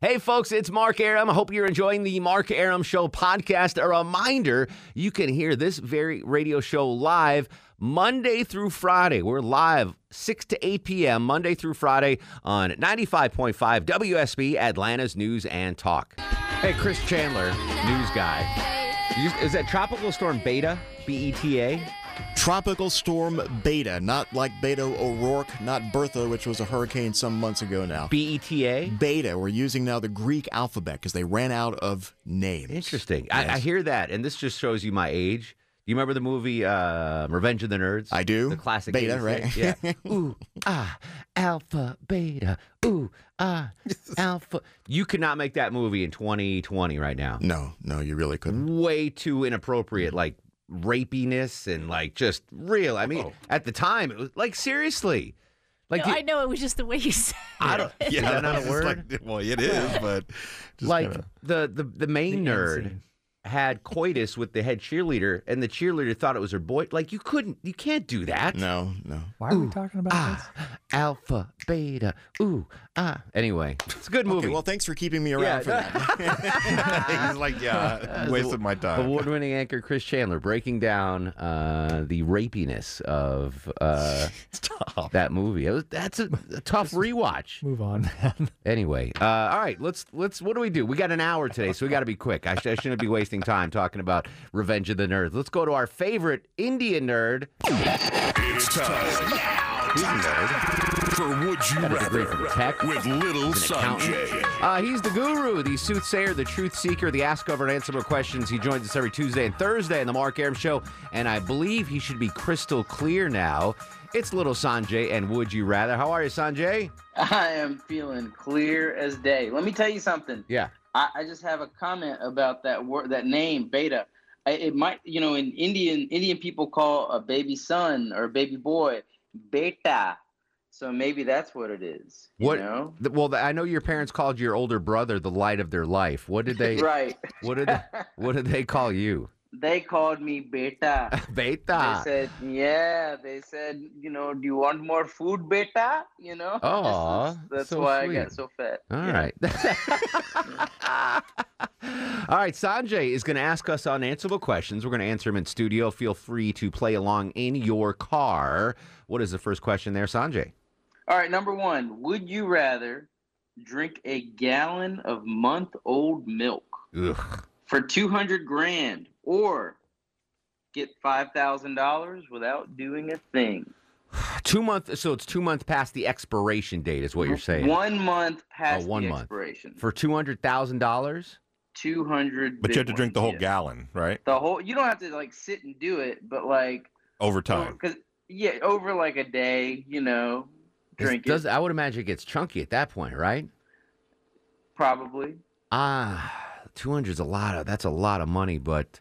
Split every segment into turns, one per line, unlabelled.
Hey, folks, it's Mark Aram. I hope you're enjoying the Mark Aram Show podcast. A reminder you can hear this very radio show live Monday through Friday. We're live 6 to 8 p.m., Monday through Friday on 95.5 WSB, Atlanta's News and Talk. Hey, Chris Chandler, news guy. You- Is that Tropical Storm Beta? B E T A?
Tropical storm Beta, not like Beto O'Rourke, not Bertha, which was a hurricane some months ago now.
B E T A?
Beta, we're using now the Greek alphabet because they ran out of names.
Interesting. I, I hear that, and this just shows you my age. You remember the movie uh, Revenge of the Nerds?
I do.
The classic
Beta,
86? Yeah. Ooh ah, alpha, beta. Ooh ah, alpha. You could not make that movie in 2020 right now.
No, no, you really couldn't.
Way too inappropriate, like rapiness and like just real. I
Oh.
mean, at the time, it was like seriously, like
No,
the-
I know it was just the way you said.
I don't. is that not a
it's
word?
like- well, it is, but just
like
kinda-
the, the the main nerd had coitus with the head cheerleader, and the cheerleader thought it was her boy. Like you couldn't, you can't do that. Ah,
no, no.
Why are we talking about this?
Alpha, beta, ooh, ah. Anyway, it's a good movie.
Okay, well, thanks for keeping me around
Yeah.
for that. He's like, yeah, wasted my time.
Award-winning anchor Chris Chandler breaking down uh, the rapiness of uh,
Stop.
that movie. It was, that's a, a tough rewatch.
Move on, man.
Anyway, uh, all right, let's let's. What do we do? We got an hour today, so we got to be quick. I, sh- I shouldn't be wasting time talking about Revenge of the Nerds. Let's go to our favorite Indian nerd.
It's time
He's a nerd.
for Would You
Got a degree from
Rather
Tech.
with Little
He's an accountant.
Sanjay.
Uh, he's the guru, the soothsayer, the truth seeker, the ask over and answer more questions. He joins us every Tuesday and Thursday on the Mark Aram Show, and I believe he should be crystal clear now. It's little Sanjay, and would you rather? How are you, Sanjay?
I am feeling clear as day. Let me tell you something.
Yeah.
I, I just have a comment about that word, that name, beta. I, it might, you know, in Indian, Indian people call a baby son or a baby boy beta. So maybe that's what it is. you
What?
know?
th- well, th- I know your parents called your older brother the light of their life. What did they?
Right.
What did? They, what did they call you?
They called me beta.
Beta.
They said, yeah. They said, you know, do you want more food, beta? You know.
Aw,
that's
so
why
sweet.
I got so fat.
All
Yeah.
right. All right. Sanjay is going to ask us unanswerable questions. We're going to answer them in studio. Feel free to play along in your car. What is the first question there, Sanjay?
All right, number one, would you rather drink a gallon of month old milk
Ugh.
for 200 grand or get $5,000 without doing a thing?
Two month. So it's two months past the expiration date, is what you're saying.
One month past
one
the
month.
expiration.
For two hundred thousand dollars.
200
But you have to
big
drink the whole
ones, yeah.
gallon, right?
The whole you don't have to like sit and do it, but like
Over time.
cuz yeah, over like a day, you know, drink it,
Does I would imagine it gets chunky at that point, right?
probably.
Ah, two hundred's a lot of. That's a lot of money, but.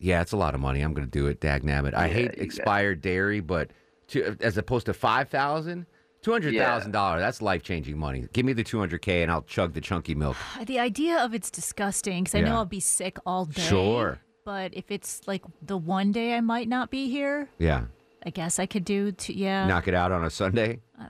Yeah, it's a lot of money. I'm going to do it. Dag nabbit. I
Yeah,
hate
you got-
expired dairy, but to, as opposed to five thousand, two hundred thousand dollars. That's life changing money. Give me the two hundred k, and I'll chug the chunky milk.
The idea of it's disgusting because I
Yeah.
know I'll be sick all day.
Sure.
But if it's like the one day I might not be here,
Yeah,
I guess I could do. T- yeah.
knock it out on a Sunday.
I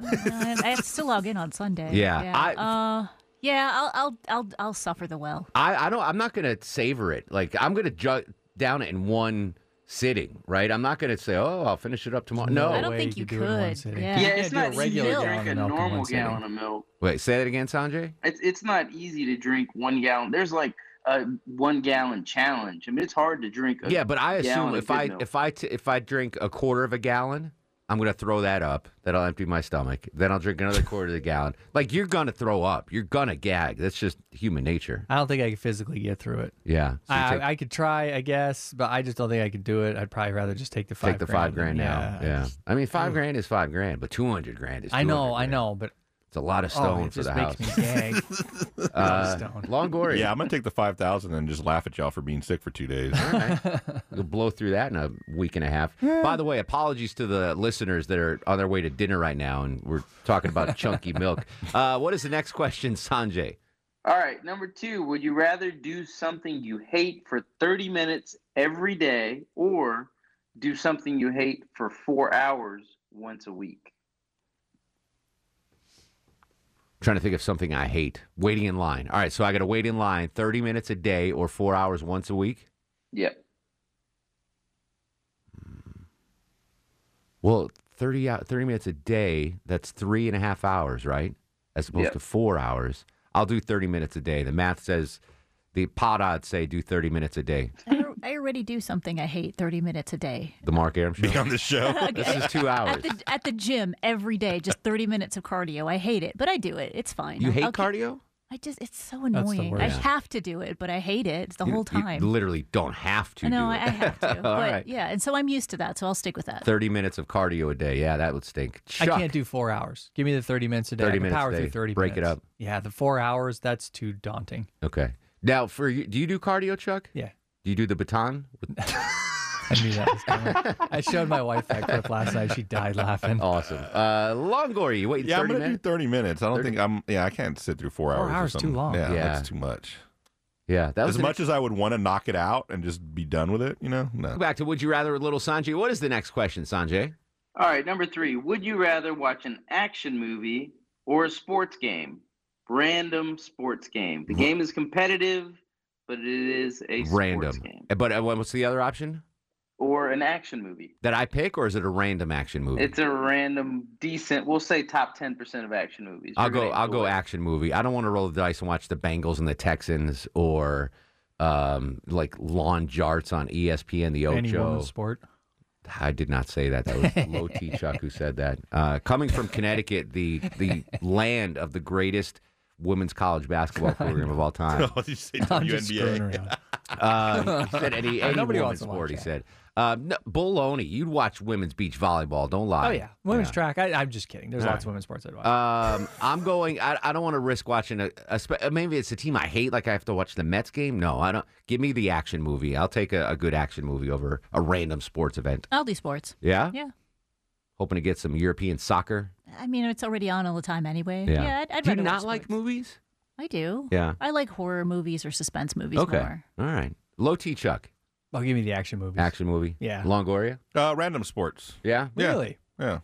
I have to still log in on Sunday.
Yeah,
Yeah.
I-
uh, yeah. I'll, I'll I'll I'll suffer the well.
I, I don't. I'm not going to savor it. Like I'm going to jug down it in one sitting. Right. I'm not going to say, oh, I'll finish it up tomorrow.
No
I
No.
don't
way
think
you
you
do it in one
could.
sitting.
Yeah.
Yeah,
You can't
it's
do a
not easy
regular
to
gallon
drink a
of milk in
normal
one sitting.
gallon of milk.
Wait. Say that again, Sanjay.
it's it's not easy to drink one gallon. There's like a one gallon challenge. I mean, it's hard to drink. A,
Yeah, but I
gallon
assume
of
if
good
I
milk.
if I t- if I drink a quarter of a gallon, I'm gonna throw that up. That'll empty my stomach. Then I'll drink another quarter of the gallon. Like you're gonna throw up. You're gonna gag. That's just human nature.
I don't think I could physically get through it.
Yeah. So you
I,
take,
I could try, I guess, but I just don't think I could do it. I'd probably rather just take the five.
take the five grand now. Yeah. I mean, five grand is five grand, but two hundred grand is.
I know,
200
I
grand.
know, but
It's a lot of
oh,
stone
it
for
just
the house.
makes me gag.
Uh,
stone.
Longoria.
Yeah, I'm gonna take the five thousand and just laugh at y'all for being sick for two days.
You'll blow through that in a week and a half. By the way, apologies to the listeners that are on their way to dinner right now, and we're talking about chunky milk. Uh, what is the next question, Sanjay?
All right, number two, would you rather do something you hate for 30 minutes every day or do something you hate for four hours once a week?
trying to think of something I hate. Waiting in line. All right, so I got to wait in line 30 minutes a day or four hours once a week.
Yep.
Well, 30, hou- 30 minutes a day, that's three and a half hours, right? As opposed
Yep.
to four hours. I'll do 30 minutes a day. The math says, the pod odds say do 30 minutes a day.
I, al- I already do something I hate 30 minutes a day.
The Mark Aram show.
Be on this show.
This is two
At
hours.
the, at the gym every day, just 30 minutes of cardio. I hate it, but I do it. It's fine.
You
I'll-
hate
I'll keep-
cardio?
I just, it's so
the
annoying. I
worst.
have to do it, but I hate it the
You-
whole time.
You literally don't have to.
I know,
do
I,
it.
I have to.
All
but
right.
yeah, and so I'm used to that, so I'll stick with that.
30 minutes of cardio a day. Yeah, that would stink.
I
Chuck,
can't do four hours. Give me the thirty minutes a day.
30
I can
minutes a
power
day.
through thirty.
Break it
minutes.
up.
Yeah, the four hours. That's too daunting.
Okay. Now, for you, do you do cardio, Chuck?
Yeah.
Do you do the baton?
I knew that was coming. I showed my wife that clip last night. She died laughing.
Awesome. Uh, Longoria, you waiting
yeah, I'm
30
gonna
minutes?
do thirty minutes. I don't
30?
think I'm. Yeah, I can't sit through four
Four
hours. or
hours too
something.
long.
Yeah,
Yeah.
that's too much.
Yeah, that was
As
the
much as I would want to knock it out and just be done with it, you know, no.
Go back to Would You Rather with Little Sanjay. What is the next question, Sanjay?
All right, number three, would you rather watch an action movie or a sports game? Random sports game. The game is competitive, but it is a
Random.
sports game.
But uh, what's the other option
Or an action movie.
that I pick, or is it a random action movie?
It's a random, decent, we'll say top 10% of action movies.
I'll
You're
go.
gonna
I'll go
enjoy it.
action movie. I don't want to roll the dice and watch the Bengals and the Texans or um, like lawn jarts on E ESPN. The
Any
Ocho.
woman's sport.
I did not say that. That was Low T Chuck who said that. Uh, coming from Connecticut, the the land of the greatest women's college basketball program of all time.
Oh, you say
I'm just screwing
WNBA.
around.
Um, he said any, any
Nobody
women's
wants to
sport,
watch
he
that.
said. Um, no, baloney. You'd watch women's beach volleyball. Don't lie.
Oh yeah, women's track. I, I'm just kidding. There's lots of women's sports I'd watch.
Um, I'm going. I, I don't want to risk watching a, a spe- uh, maybe it's a team I hate. Like I have to watch the Mets game. No, I don't. Give me the action movie. I'll take a, a good action movie over a random sports event.
I'll do sports.
Yeah,
Yeah.
hoping to get some European soccer.
I mean, it's already on all the time anyway.
Yeah.
Uh, I'd, I'd
Do you
rather
not
watch
like
sports.
movies?
I do.
Yeah.
I like horror movies or suspense movies
Okay.
more.
All right. Low T Chuck
oh, give me the action movies.
action movie.
Yeah.
Longoria.
Uh, random sports.
Yeah.
Yeah.
Really?
Yeah.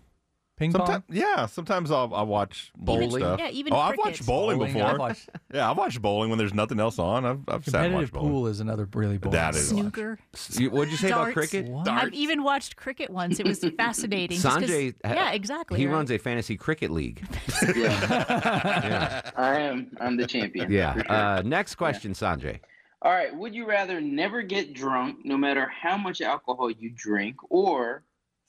Ping pong.
Sometimes, yeah. Sometimes I'll, I'll watch bowling
Bowling?
stuff.
Yeah, even
oh, I've
cricket.
watched bowling, before.
I've watched-
Yeah, I've watched bowling when there's nothing else on. I've, I've sat and
competitive
watched bowling.
pool is another really boring.
That is-
Snooker.
You- What'd you say about
Darts.
cricket?
I've even watched cricket once. It was fascinating. just 'cause-
Sanjay. ha-
yeah, exactly.
He
right.
runs a fantasy cricket league.
Yeah,
yeah.
I am. I'm the champion.
Yeah.
for sure.
Uh, next question, Sanjay.
All right. Would you rather never get drunk, no matter how much alcohol you drink, or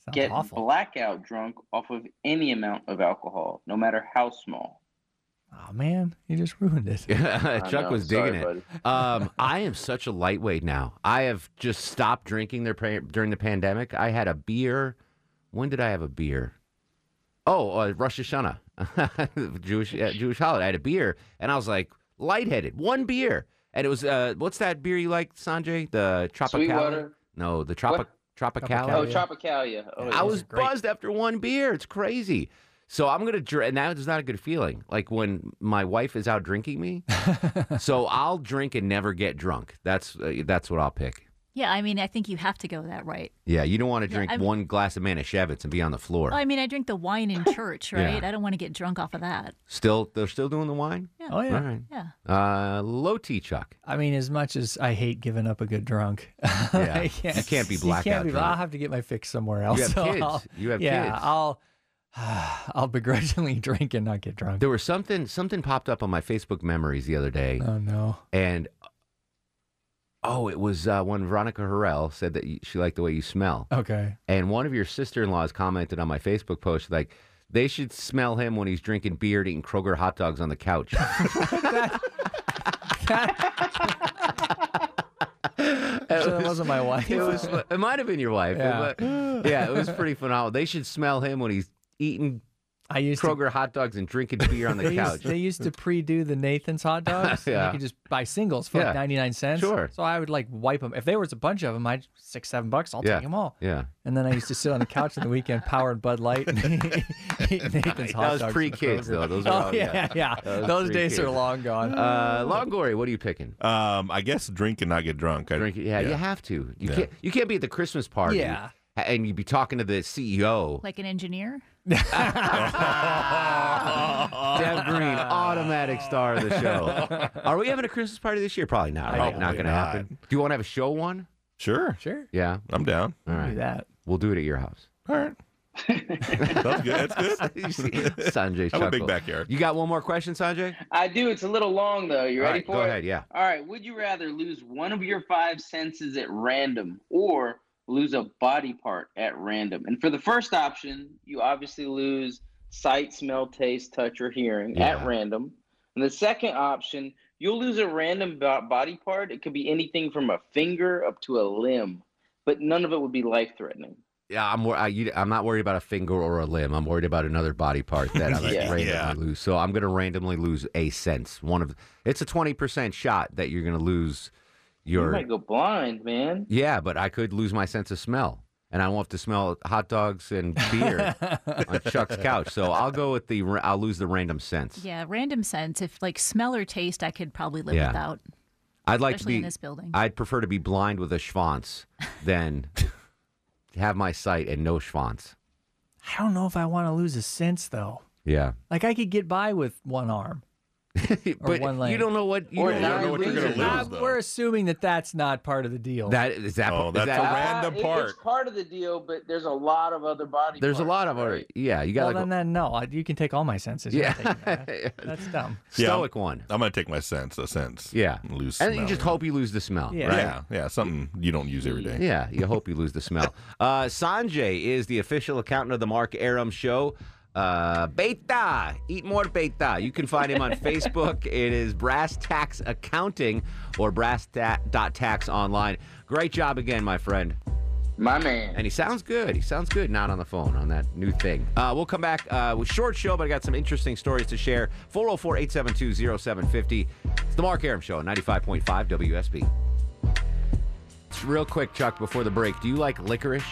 Sounds
get
awful.
blackout drunk off of any amount of alcohol, no matter how small?
Oh man, you just ruined it.
I
Chuck
know,
was
sorry,
digging
buddy.
it. Um, I am such a lightweight now. I have just stopped drinking their pra- during the pandemic. I had a beer. When did I have a beer? Oh, uh, Rosh Hashanah, Jewish uh, Jewish holiday. I had a beer, and I was like lightheaded. One beer, and it was uh, what's that beer you like, Sanjay? The Tropicala?
Sweetwater?
No, the Tropic Tropicala.
Oh,
yeah.
Tropicalia. Oh,
I
yeah.
was buzzed after one beer. It's crazy. So I'm gonna drink, and that is not a good feeling. Like when my wife is out drinking me, so I'll drink and never get drunk. That's uh, that's what I'll pick.
Yeah, I mean, I think you have to go that right.
Yeah, you don't want to drink
I'm-
one glass of Manischewitz and be on the floor.
Well, I mean, I drink the wine in church,
Yeah.
right? I don't want to get drunk off of that.
Still, they're still doing the wine.
Oh yeah.
All right.
Yeah.
Uh, low T Chuck.
I mean, as much as I hate giving up a good drunk, I
You can't be blackout drunk.
I'll have to get my fix somewhere else.
have
so
kids.
I'll-
You have
yeah,
kids.
I'll, I'll begrudgingly drink and not get drunk.
There was something something popped up on my Facebook memories the other day.
oh no.
And oh, it was uh, when Veronica Harrell said that you, she liked the way you smell.
Okay.
And one of your sister in laws commented on my Facebook post like, they should smell him when he's drinking beer and eating Kroger hot dogs on the couch.
So that wasn't my wife.
it was. It might have been your wife.
Yeah.
But yeah, it was pretty phenomenal. They should smell him when he's eating
I used to
Kroger hot dogs and drinking beer on the
they
couch.
Used, they used to pre-do the Nathan's hot dogs. And
Yeah.
you could just buy singles for
Yeah.
like 99 cents.
Sure.
So I would like wipe them. If there was a bunch of them, I'd six, seven bucks. I'll
Yeah.
take them all.
Yeah.
And then I used to sit on the couch on the weekend, powering Bud Light and eat Nathan's hot dogs.
That was
from
pre-kids
Kroger.
though. Those were
Oh,
all-
yeah, yeah.
That was
Those days are
pre-kids.
long gone.
Uh, Longoria, what are you picking?
Um, I guess drink and not get drunk. I,
Drink, yeah, you have to. You
Yeah.
can't. You can't be at the Christmas party.
Yeah.
And you'd be talking to the E CEO.
Like an engineer?
Uh, Deb Green, automatic star of the show. Are we having a Christmas party this year? Probably not. Right?
Probably
Not going to
not.
happen. Do you want to have a show one?
Sure,
sure.
Yeah.
I'm down.
All
Do
right.
that.
We'll do it at your house.
All right, that's good. That's good.
You see Sanjay
Have a big
chuckle.
backyard.
You got one more question, Sanjay?
I do. It's a little long though. You
All
ready
right,
for
go
it?
ahead. Yeah.
All right. Would you rather lose one of your five senses at random or lose a body part at random? And for the first option, you obviously lose sight, smell, taste, touch, or hearing
Yeah.
at random. And the second option, you'll lose a random bo- body part. It could be anything from a finger up to a limb, but none of it would be life threatening.
Yeah, I'm. wor- I, you, I'm not worried about a finger or a limb. I'm worried about another body part that I like,
Yeah.
randomly
Yeah.
lose. So I'm going to randomly lose a sense. One of it's a twenty percent shot that you're going to lose
You
your.
might go blind, man.
yeah, but I could lose my sense of smell, and I won't have to smell hot dogs and beer on Chuck's couch. So I'll go with the. ra- I'll lose the random sense.
Yeah, random sense. If like smell or taste, I could probably live
Yeah.
without,
I'd like
especially
to be.
in this building.
I'd prefer to be blind with a schwanz than have my sight and no schwanz.
I don't know if I want to lose a sense though.
Yeah,
Like I could get by with one arm.
but
one
you
leg.
don't know what you
Or
don't
nine
know what you're going
fingers.
to lose.
Nah,
Uh,
though.
we're assuming that that's not part of the deal.
That is that.
Oh,
is
that's
that
a random
Ah, it-
part.
It's part of the deal, but there's a lot of other body.
There's a
parts,
lot of our
right?
yeah. You
well,
got
then,
like
then no, I, you can take all my senses. You're not taking
yeah,
that. That's dumb.
Yeah.
stoic one.
I'm gonna take my sense. A sense.
Yeah,
Lose.
and you
smell.
just hope you lose the smell.
Yeah.
right?
Yeah, yeah. Something you don't use every day.
Yeah, you hope you lose the smell. Uh, Sanjay is the official accountant of the Mark Aram Show. Uh, Beta, eat more Beta. You can find him on Facebook. It is Brass Tax Accounting or Brass Ta- dot Tax online. Great job again, my friend.
My man.
And he sounds good. He sounds good, not on the phone, on that new thing. Uh, we'll come back uh, with short show, but I got some interesting stories to share. 404 872 0750. It's the Mark Aram Show, 95.5 WSB. Just Real quick, Chuck, before the break, do you like licorice?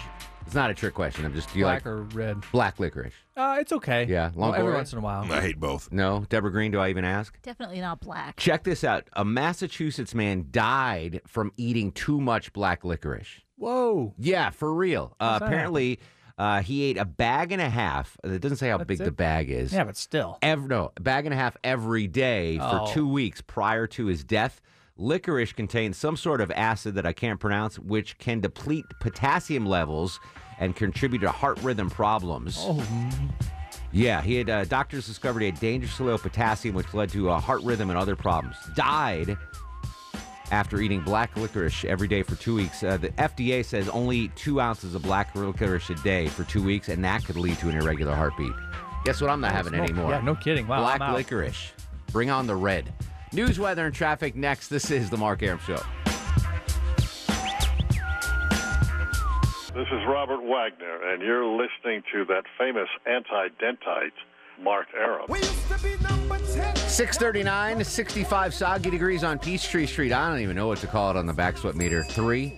It's not a trick question. I'm just, do you
Black
like
or red?
black licorice?
Uh, it's okay.
Yeah,
Well, every
Longoria?
once in a while.
I hate both.
No? Deborah Green, do I even ask?
Definitely not black.
Check this out. A Massachusetts man died from eating too much black licorice.
Whoa.
Yeah, for real. Uh,
that
apparently, uh, he ate a bag and a half. It doesn't say how big the
it?
bag is.
Yeah, but still.
Ev- no, a bag and a half every day
Oh.
for two weeks prior to his death. Licorice contains some sort of acid that I can't pronounce, which can deplete potassium levels and contribute to heart rhythm problems. Yeah, he had uh, doctors discovered he had dangerous low potassium, which led to uh, heart rhythm and other problems. Died after eating black licorice every day for two weeks. Uh, the FDA says only eat two ounces of black licorice a day for two weeks, and that could lead to an irregular heartbeat. Guess what? I'm not having
Smoke.
anymore.
Yeah, no kidding. Wow. I'm
black
out.
licorice. Bring on the red. News, weather, and traffic next. This is the Mark Aram Show.
This is Robert Wagner, and you're listening to that famous anti-dentite, Mark Aram.
639, 65 soggy degrees on Peachtree Street. I don't even know what to call it on the back sweat meter. Three.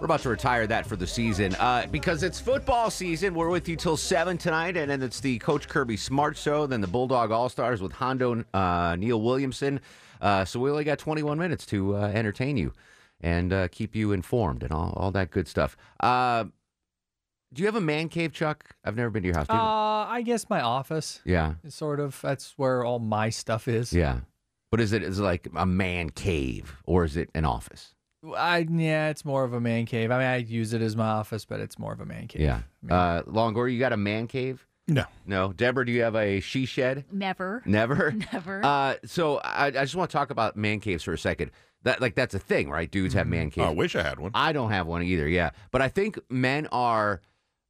We're about to retire that for the season uh, because it's football season. We're with you till 7 tonight, and then it's the Coach Kirby Smart Show, then the Bulldog All Stars with Hondo uh, Neil Williamson. Uh, so we only got 21 minutes to uh, entertain you and uh, keep you informed and all, all that good stuff. Uh, do you have a man cave, Chuck? I've never been to your house. Do you?
Uh, I guess my office
yeah.
is sort of. That's where all my stuff is.
Yeah. But is it is it like a man cave or is it an office?
I yeah, it's more of a man cave. I mean, I use it as my office, but it's more of a man cave.
Yeah. Uh, Longoria, you got a man cave?
No.
No. Deborah, do you have a she shed?
Never.
Never.
Never.
Uh, so I, I just want to talk about man caves for a second. That like that's a thing, right? Dudes have man
I
caves.
wish I had one.
I don't have one either. Yeah, but I think men are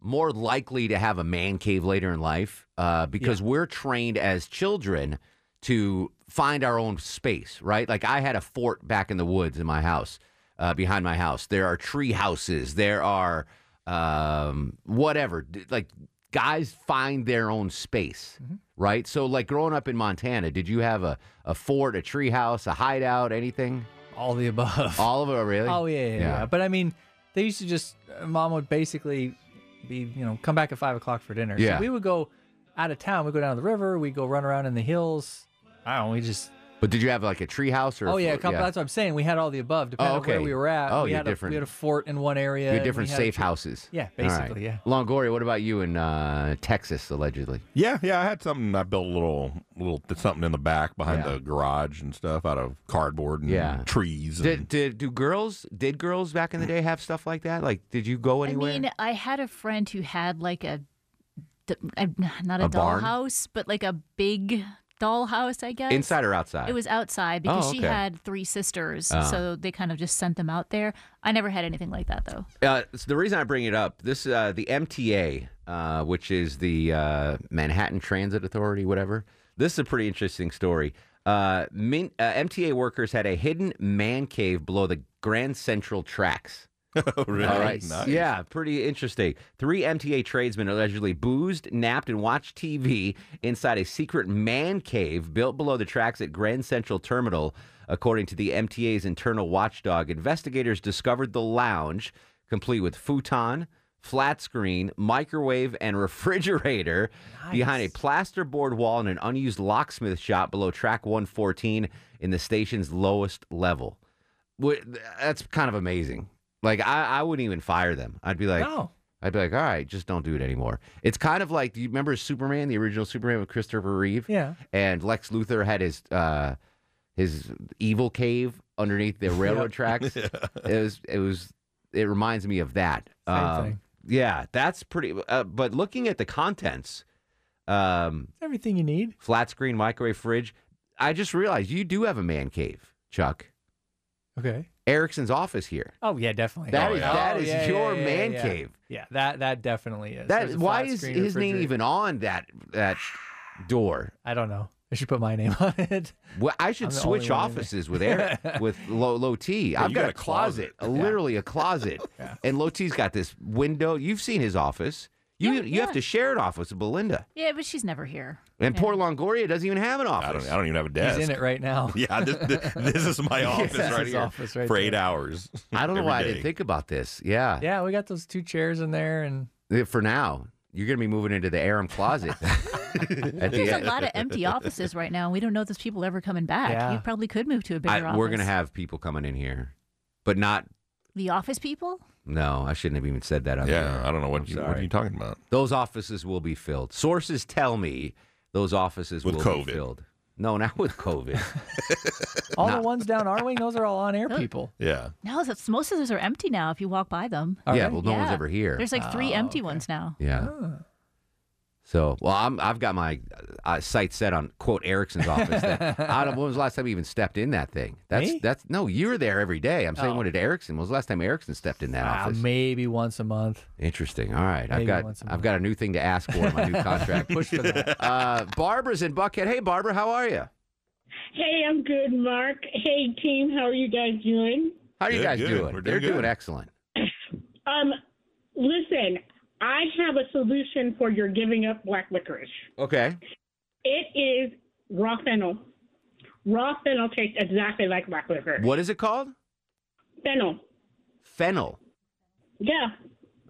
more likely to have a man cave later in life uh, because we're trained as children to find our own space, right? Like I had a fort back in the woods in my house, uh, behind my house. There are tree houses. There are um, whatever, d- like guys find their own space,
Mm-hmm.
right? So, like growing up in Montana, did you have a, a fort, a treehouse, a hideout, anything?
All the above.
All of it, really?
Oh yeah, yeah, yeah, yeah. But I mean, they used to just uh, mom would basically be you know come back at five o'clock for dinner.
Yeah.
So we would go out of town. We would go down to the river. We would go run around in the hills. I don't. know, We just.
But did you have like a treehouse or? a
Oh yeah, a
fort?
couple. That's what I'm saying. We had all the above, depending
okay.
on where we were at.
Oh,
we
you're
had
different.
A, we had a fort in one
You
area.
had
and we
different
had a
safe
tree-
houses.
Yeah,
All right.
basically, yeah.
Longoria, what about you in uh, Texas, allegedly?
Yeah, yeah. I had something. I built a little, little something in the back behind
Yeah.
the garage and stuff out of cardboard and
Yeah.
trees. and-
Did, did do girls did girls back in the day have stuff like that? Like, did you go anywhere?
I mean, uh, I had a friend who had like a, d- a- not a,
A barn?
dollhouse, but like a big dollhouse, I guess.
Inside or outside? Oh,
It was outside because she
okay. Oh.
had three sisters, so they kind of just sent them out there. I never had anything like that though.
Uh, so the reason I bring it up, this uh, the MTA, uh, which is the uh, Manhattan Transit Authority, whatever. This is a pretty interesting story. Uh, min, uh, MTA workers had a hidden man cave below the Grand Central tracks.
oh, really?
All right.
Nice.
Yeah, pretty interesting. Three MTA tradesmen allegedly boozed, napped, and watched TV inside a secret man cave built below the tracks at Grand Central Terminal. According to the MTA's internal watchdog, investigators discovered the lounge, complete with futon, flat screen, microwave, and refrigerator, behind a plasterboard wall in an unused locksmith shop below track 114 in the station's lowest level. Wh- That's kind of amazing. Like I, I wouldn't even fire them. I'd be like,
No.
I'd be like, all right, just don't do it anymore. It's kind of like, do you remember Superman, the original Superman with Christopher Reeve?
Yeah.
And Lex Luthor had his uh, his evil cave underneath the railroad tracks. It was it was it reminds me of that. Um,
Same thing.
Yeah, that's pretty. Uh, but looking at the contents, um,
Everything you need.
flat screen microwave fridge, I just realized you do have a man cave, Chuck.
Okay.
Erickson's office here.
Oh yeah, definitely.
That
oh,
is-
yeah.
that
Oh,
is
yeah,
your
yeah, yeah,
man
yeah.
cave.
Yeah, that that definitely is.
That
There's a
why
flat
is
screen
his name
refrigerator.
even on that that door?
I don't know. I should put my name on it.
Well, I should
I'm the
switch
only one in
offices with Eric with low low T. I've
you
got,
got
a
a
closet, a- literally a closet, and low T's got this window. You've seen his office. You
Yeah,
you have
yeah.
to share an office with Belinda,
Yeah, but she's never here.
and poor Longoria doesn't even have an
I
office.
don't. I don't even have a
He's
desk.
in it right now.
Yeah. This, this, this is my office
this
right
is
here
office right
for eight
there.
hours.
I don't know
every
why I
day.
didn't think about this. Yeah.
Yeah, we got those two chairs in there, and
for now you're gonna be moving into the Aram closet. at the
There's
end.
a lot of empty offices right now. and We don't know if those people are ever coming back.
Yeah.
You probably could move to a bigger
I,
office.
we're gonna have people coming in here, but not.
the office people.
No, I shouldn't have even said that. on
Yeah.
air.
I don't know
I'm
what you. What
sorry.
are you talking about?
Those offices will be filled. Sources tell me those offices
With
will be
COVID.
filled. No, not with COVID.
all
Nah.
the ones down our wing, those are all on air people.
Yeah.
No, that's, most of those are empty now. If you walk by them,
All
yeah,
right.
well, no one's
Yeah.
ever here.
there's like three empty ones now.
yeah. So, well, I'm, I've got my uh, sight set on quote Erickson's office. That, I don't. When was the last time you even stepped in that thing? That's
Me?
that's no. You were there every day. I'm saying,
Oh.
when did Erickson? When was the last time Erickson stepped in that
Ah,
office?
maybe once a month.
Interesting. All right, I've
Maybe
got
once a
I've got a new thing to ask for in my new contract.
Push for that.
uh, Barbara's in Buckhead. Hey, Barbara, how are you?
Hey, I'm good, Mark. Hey, team, how are you guys doing?
How are you
Good,
guys
good.
doing?
We're doing
They're doing
good.
excellent.
Um, listen, I have a solution for your giving up black licorice.
Okay.
It is raw fennel. Raw fennel tastes exactly like black licorice.
What is it called?
Fennel.
Fennel.
Yeah.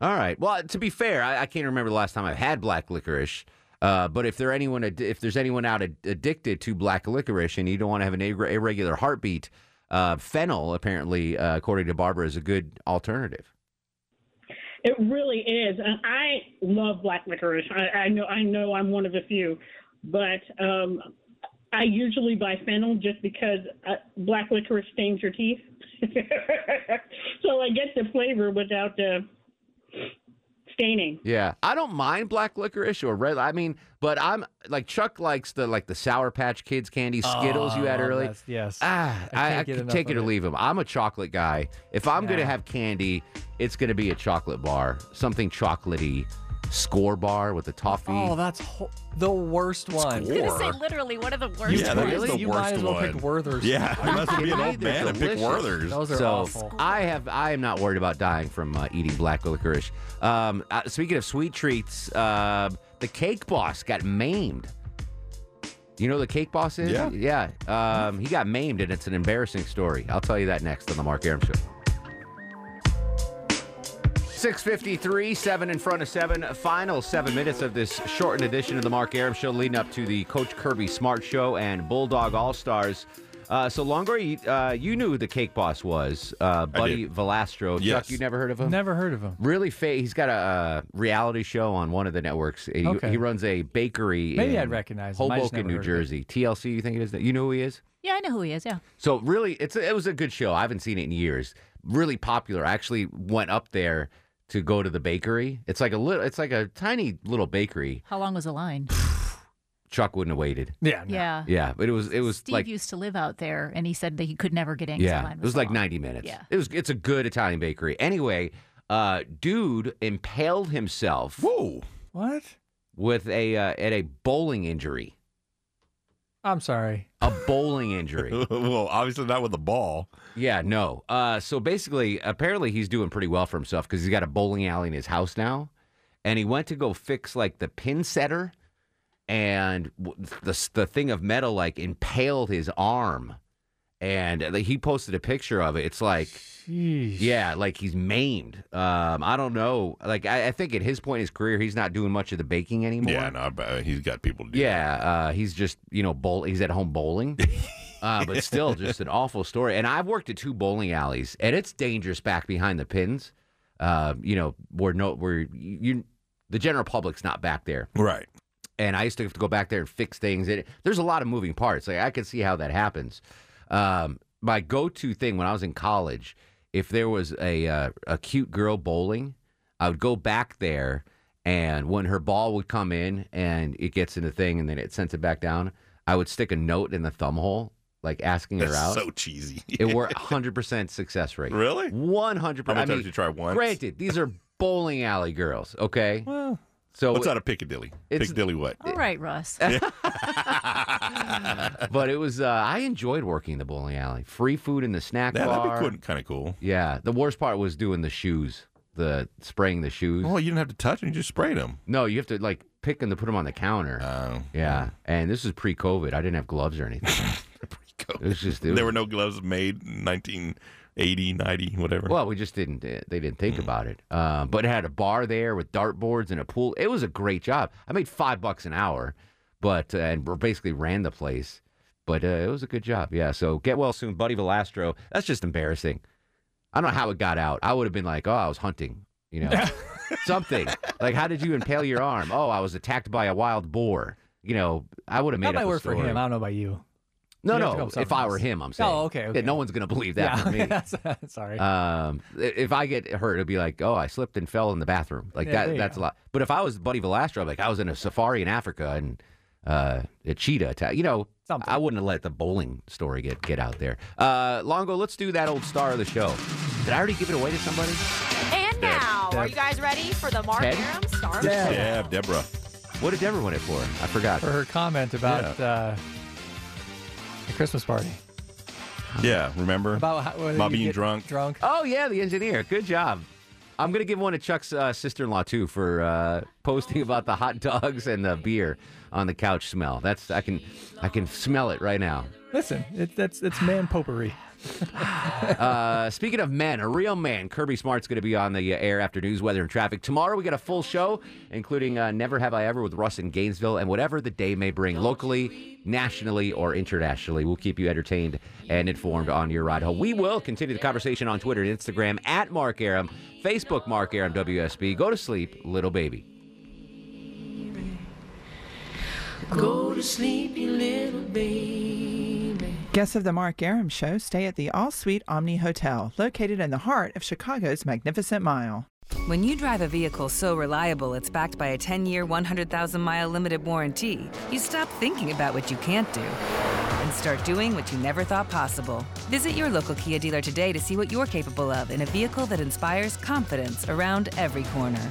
All right. Well, to be fair, I, I can't remember the last time I've had black licorice. Uh, but if there anyone ad- if there's anyone out ad- addicted to black licorice and you don't want to have an irre- irregular heartbeat, uh, fennel apparently, uh, according to Barbara, is a good alternative.
It really is, and I love black licorice. I, I know, I know, I'm one of the few, but um, I usually buy fennel just because uh, black licorice stains your teeth, so I get the flavor without the staining.
Yeah, I don't mind black licorice or red. I mean, but I'm like Chuck likes the like the Sour Patch Kids candy Skittles
Oh,
you
I
had
love
early.
that. Yes.
Ah,
I
I,
can't
I
get
can
enough
take it
of
or
it.
leave him. I'm a chocolate guy. If I'm gonna
Yeah.
have candy, it's gonna be a chocolate bar, something chocolatey. score bar with the toffee.
Oh, that's ho- the worst one.
I was gonna say literally one of the worst.
Yeah, that
ones.
is the
You
worst
might as well
one.
pick Werther's.
Yeah, you might as well be an
Kidding me?
old
They're
man and pick
delicious.
Werther's.
Those are
so
awful.
I have I am not worried about dying from uh, eating black licorice. Um, uh, speaking of sweet treats, uh, the cake boss got maimed. You know who the cake boss is?
Yeah.
Yeah. Um, he got maimed, and it's an embarrassing story. I'll tell you that next on the Mark Aram Show. 653, seven in front of seven. Final seven minutes of this shortened edition of the Mark Aram Show, leading up to the Coach Kirby Smart Show and Bulldog All Stars. Uh, so, Longoria, you- uh, you knew who the cake boss was, uh, Buddy Velastro. Chuck,
Yes.
you never heard of him?
Never heard of him.
Really, fa- he's got a uh, reality show on one of the networks. He,
Okay.
he runs a bakery.
Maybe
in
I'd recognize him. I just
Hoboken,
never
New
heard of
Jersey. TLC, you think it is? You know who he is?
Yeah, I know who he is. Yeah.
So really, it's a, it was a good show. I haven't seen it in years. Really popular. I actually went up there to go to the bakery. It's like a little. It's like a tiny little bakery.
How long was the line?
Chuck wouldn't have waited.
Yeah. no.
Yeah.
Yeah, but it was it was
Steve
like
used to live out there, and he said that he could never get in. 'cause the
yeah,
line
it was
so
like
long.
ninety minutes.
Yeah.
it was. It's a good Italian bakery. Anyway, uh, dude impaled himself
Whoa.
What?
with a uh, at a bowling injury.
I'm sorry.
A bowling injury.
well, obviously not with the ball.
Yeah, no. Uh, so basically, apparently, he's doing pretty well for himself because he's got a bowling alley in his house now, and he went to go fix like the pin setter, and w- the the thing of metal like impaled his arm, and uh, he posted a picture of it. It's like
Jeez.
yeah, like he's maimed. Um, I don't know. Like I, I think at his point in his career, he's not doing much of the baking anymore.
Yeah, no, but uh, he's got people to do.
Yeah, uh, he's just you know bowl. He's at home bowling, uh, but still just an awful story. And I've worked at two bowling alleys, and it's dangerous back behind the pins. Uh, you know where no where you, you the general public's not back there.
that. Right.
And I used to have to go back there and fix things. And it, there's a lot of moving parts. Like I could see how that happens. Um, my go-to thing when I was in college, if there was a uh, a cute girl bowling, I would go back there, and when her ball would come in and it gets in the thing, and then it sends it back down, I would stick a note in the thumb hole, like asking her
That's
out.
so cheesy.
it worked 100% success rate.
Really?
100%.
How many
I
times
mean,
did you try once?
granted, these are bowling alley girls, okay?
Well,
Oh,
So
what's out of Piccadilly?
It's-
Piccadilly what?
All right, Russ.
but it was uh, I enjoyed working the bowling alley. Free food in the snack
Yeah,
bar.
that'd be kind of cool.
Yeah, the worst part was doing the shoes, the spraying the shoes.
Well, Oh, you didn't have to touch them; you just sprayed them.
No, you have to like pick them to put them on the counter.
Oh,
yeah, and this was pre-COVID. I didn't have gloves or anything. It was just it
there were
was-
no gloves made in 1980, 90, whatever.
Well, we just didn't. uh, They didn't
Mm.
think about it. Uh, but it had a bar there with dartboards and a pool. It was a great job. I made five bucks an hour, but uh, and we basically ran the place. But uh, it was a good job. Yeah. So get well soon, Buddy Velastro. That's just embarrassing. I don't know how it got out. I would have been like, oh, I was hunting. You know, something like, how did you impale your arm? Oh, I was attacked by a wild boar. You know, I would have made up
That might
a
work for
story.
him. I don't know about you.
No,
You have to go
no.
with
If
something
I were
else.
him, I'm saying.
Oh, okay,
Yeah,
okay.
no one's gonna believe that from me.
yeah. uh, sorry.
Um, if I get hurt, it'll be like, oh, I slipped and fell in the bathroom. Like
Yeah, there
that.
you
That's a
go.
lot. But if I was Buddy Velastro, like I was in a safari in Africa and uh, a cheetah attack, you know,
Something.
I wouldn't have let the bowling story get get out there. Uh, Longo, let's do that old star of the show. Did I already give it away to somebody?
And now,
Deb.
are you guys ready for the Mark
Ted?
Aram Star?
Deb.
yeah, Deborah.
What did Deborah win it for? I forgot.
for her comment about uh, the Christmas party,
Yeah, remember?
about how, whether
My
you
being
get
drunk.
Drunk.
Oh yeah, the engineer. Good job. I'm gonna give one to Chuck's uh, sister-in-law too for uh, posting about the hot dogs and the beer on the couch smell. That's I can I can smell it right now.
Listen, it, that's it's man popery.
Uh, speaking of men, a real man, Kirby Smart's going to be on the uh, air after news, weather, and traffic. Tomorrow we got a full show, including uh, Never Have I Ever with Russ in Gainesville and whatever the day may bring locally, nationally, or internationally. We'll keep you entertained and informed on your ride home. We will continue the conversation on Twitter and Instagram at Mark Aram, Facebook Mark Aram WSB. Go to sleep, little baby.
Guests of the Mark Aram Show stay at the All Suite Omni Hotel, located in the heart of Chicago's Magnificent Mile.
When you drive a vehicle so reliable it's backed by a 10 year, 100,000 mile limited warranty, you stop thinking about what you can't do and start doing what you never thought possible. Visit your local Kia dealer today to see what you're capable of in a vehicle that inspires confidence around every corner.